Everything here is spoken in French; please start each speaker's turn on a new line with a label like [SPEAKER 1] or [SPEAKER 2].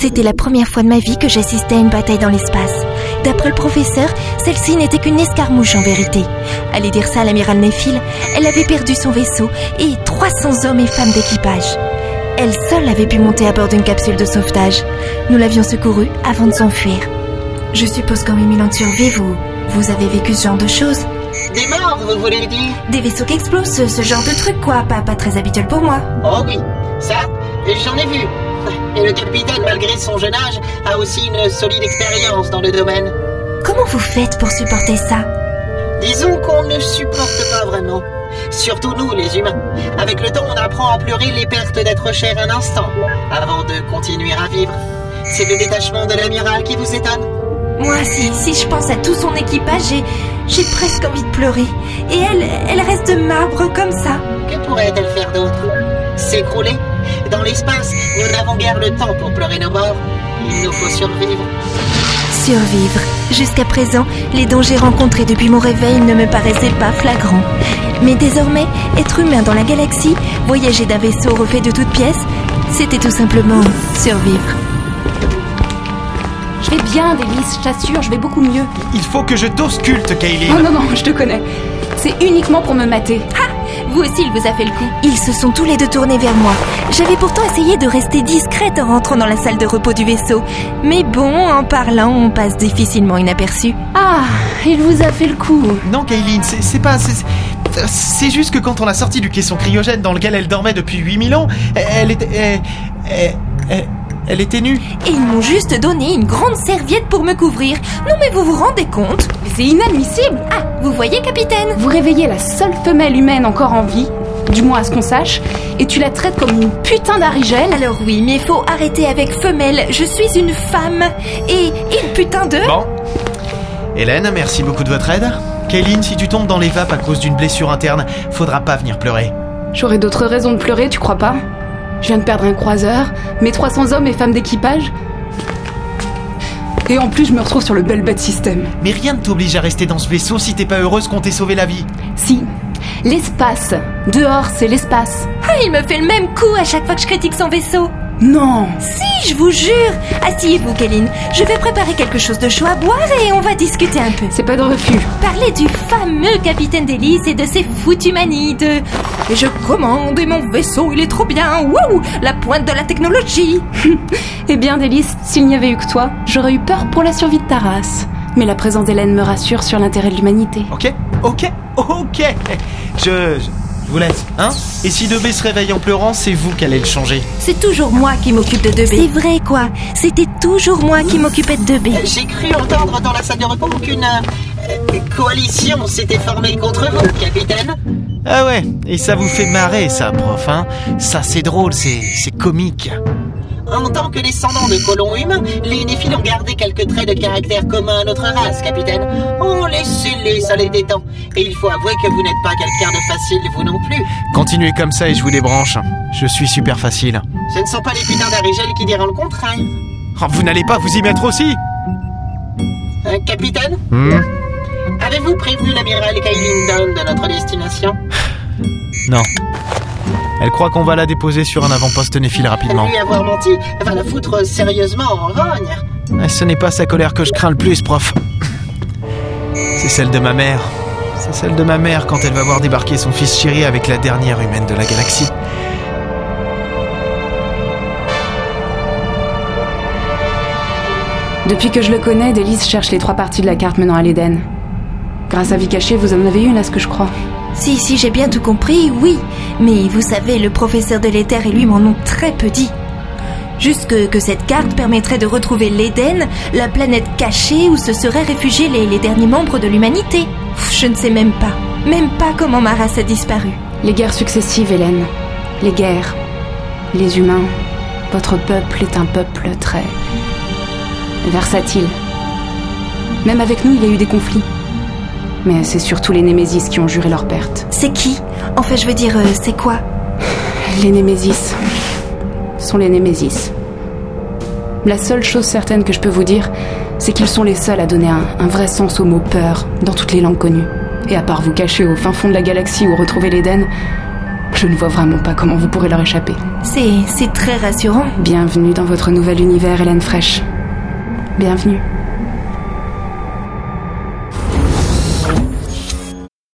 [SPEAKER 1] C'était la première fois de ma vie que j'assistais à une bataille dans l'espace. D'après le professeur, celle-ci n'était qu'une escarmouche en vérité. Allez dire ça à l'amiral Nephil, elle avait perdu son vaisseau et 300 hommes et femmes d'équipage. Elle seule avait pu monter à bord d'une capsule de sauvetage. Nous l'avions secourue avant de s'enfuir. Je suppose qu'en 8000 ans de survie, vous, vous avez vécu ce genre de choses
[SPEAKER 2] Des morts, vous voulez dire
[SPEAKER 1] Des vaisseaux qui explosent, ce, ce genre de truc quoi, pas, pas très habituel pour moi.
[SPEAKER 2] Oh oui, ça, j'en ai vu. Et le capitaine, malgré son jeune âge, a aussi une solide expérience dans le domaine.
[SPEAKER 1] Comment vous faites pour supporter ça
[SPEAKER 2] Disons qu'on ne supporte pas vraiment. Surtout nous, les humains. Avec le temps, on apprend à pleurer les pertes d'être cher un instant, avant de continuer à vivre. C'est le détachement de l'amiral qui vous étonne
[SPEAKER 1] Moi, si, si je pense à tout son équipage, j'ai, j'ai presque envie de pleurer. Et elle, elle reste de marbre comme ça.
[SPEAKER 2] Que pourrait-elle faire d'autre S'écrouler Dans l'espace, nous n'avons guère le temps pour pleurer nos morts. Il nous faut survivre.
[SPEAKER 1] Survivre. Jusqu'à présent, les dangers rencontrés depuis mon réveil ne me paraissaient pas flagrants. Mais désormais, être humain dans la galaxie, voyager d'un vaisseau refait de toutes pièces, c'était tout simplement survivre.
[SPEAKER 3] Je vais bien, Délice, je t'assure, je vais beaucoup mieux.
[SPEAKER 4] Il faut que je t'ausculte, Kaylee.
[SPEAKER 3] Oh Non, non, non, je te connais. C'est uniquement pour me mater.
[SPEAKER 1] Ah Vous aussi, il vous a fait le coup. Ils se sont tous les deux tournés vers moi. J'avais pourtant essayé de rester discrète en rentrant dans la salle de repos du vaisseau. Mais bon, en parlant, on passe difficilement inaperçu.
[SPEAKER 3] Ah, il vous a fait le coup.
[SPEAKER 4] Non, Kayleen, c'est c'est pas. c'est- c'est- C'est juste que quand on l'a sortie du caisson cryogène dans lequel elle dormait depuis 8000 ans, elle était. Elle, elle- elle- elle était nue.
[SPEAKER 1] Et ils m'ont juste donné une grande serviette pour me couvrir. Non mais vous vous rendez compte
[SPEAKER 3] Mais c'est inadmissible.
[SPEAKER 1] Ah, vous voyez, capitaine
[SPEAKER 3] Vous réveillez la seule femelle humaine encore en vie, du moins à ce qu'on sache, et tu la traites comme une putain d'arigelle.
[SPEAKER 1] Alors oui, mais faut arrêter avec femelle. Je suis une femme. Et une putain de...
[SPEAKER 4] Bon. Hélène, merci beaucoup de votre aide. Kayleen, si tu tombes dans les vapes à cause d'une blessure interne, faudra pas venir pleurer.
[SPEAKER 3] J'aurais d'autres raisons de pleurer, tu crois pas Je viens de perdre un croiseur, mes 300 hommes et femmes d'équipage. Et en plus, je me retrouve sur le bel bas de système.
[SPEAKER 4] Mais rien ne t'oblige à rester dans ce vaisseau si t'es pas heureuse qu'on t'ait sauvé la vie.
[SPEAKER 3] Si, l'espace. Dehors, c'est l'espace.
[SPEAKER 1] Ah, il me fait le même coup à chaque fois que je critique son vaisseau.
[SPEAKER 3] Non
[SPEAKER 1] Si, je vous jure. Asseyez-vous, Kéline. Je vais préparer quelque chose de chaud à boire et on va discuter un peu.
[SPEAKER 3] C'est pas de refus.
[SPEAKER 1] Parler du fameux capitaine d'hélice et de ses foutues manies de... Et je commande et mon vaisseau, il est trop bien. Waouh, la pointe de la technologie.
[SPEAKER 3] Eh bien, Délice, s'il n'y avait eu que toi, j'aurais eu peur pour la survie de ta race. Mais la présence d'Hélène me rassure sur l'intérêt de l'humanité.
[SPEAKER 4] Ok Ok Ok Je. je... je vous laisse, hein Et si 2B se réveille en pleurant, c'est vous qui allez le changer.
[SPEAKER 1] C'est toujours moi qui m'occupe de 2B. C'est vrai, quoi. C'était toujours moi qui m'occupais de 2B.
[SPEAKER 2] J'ai cru entendre dans la salle de repos qu'une euh, coalition s'était formée contre vous, capitaine.
[SPEAKER 4] Ah ouais, et ça vous fait marrer ça, prof, hein Ça c'est drôle, c'est, c'est comique.
[SPEAKER 2] En tant que descendants de colons humains, les néphiles ont gardé quelques traits de caractère communs à notre race, capitaine. Oh, laissez-les, ça les détend. Et il faut avouer que vous n'êtes pas quelqu'un de facile, vous non plus.
[SPEAKER 4] Continuez comme ça et je vous débranche. Je suis super facile.
[SPEAKER 2] Ce ne sont pas les putains d'Arigel qui diront le contraire.
[SPEAKER 4] Oh, vous n'allez pas vous y mettre aussi
[SPEAKER 2] Hein, capitaine,
[SPEAKER 4] Hmm
[SPEAKER 2] avez-vous prévenu l'amiral Kailin Down de notre destination
[SPEAKER 4] Non. Elle croit qu'on va la déposer sur un avant-poste néphile rapidement.
[SPEAKER 2] Lui avoir menti va la foutre sérieusement en rogne.
[SPEAKER 4] Ah, Ce n'est pas sa colère que je crains le plus, prof. C'est celle de ma mère. C'est celle de ma mère quand elle va voir débarquer son fils chéri avec la dernière humaine de la galaxie.
[SPEAKER 3] Depuis que je le connais, Délice cherche les trois parties de la carte menant à l'Éden. Grâce à Vie Cachée, vous en avez une à ce que je crois.
[SPEAKER 1] Si, si, j'ai bien tout compris, oui. Mais vous savez, le professeur de l'éther et lui m'en ont très peu dit. Juste que, que cette carte permettrait de retrouver l'Éden, la planète cachée où se seraient réfugiés les, les derniers membres de l'humanité. Pff, Je ne sais même pas. Même pas comment ma race a disparu.
[SPEAKER 3] Les guerres successives, Hélène. Les guerres. Les humains. Votre peuple est un peuple très. versatile. Même avec nous, il y a eu des conflits. Mais c'est surtout les Némésis qui ont juré leur perte.
[SPEAKER 1] C'est qui Enfin, je veux dire, euh, c'est quoi
[SPEAKER 3] Les Némésis sont les Némésis. La seule chose certaine que je peux vous dire, c'est qu'ils sont les seuls à donner un, un vrai sens au mot peur dans toutes les langues connues. Et à part vous cacher au fin fond de la galaxie ou retrouver l'Éden, Je ne vois vraiment pas comment vous pourrez leur échapper.
[SPEAKER 1] C'est, c'est très rassurant.
[SPEAKER 3] Bienvenue dans votre nouvel univers, Hélène Fraîche. Bienvenue.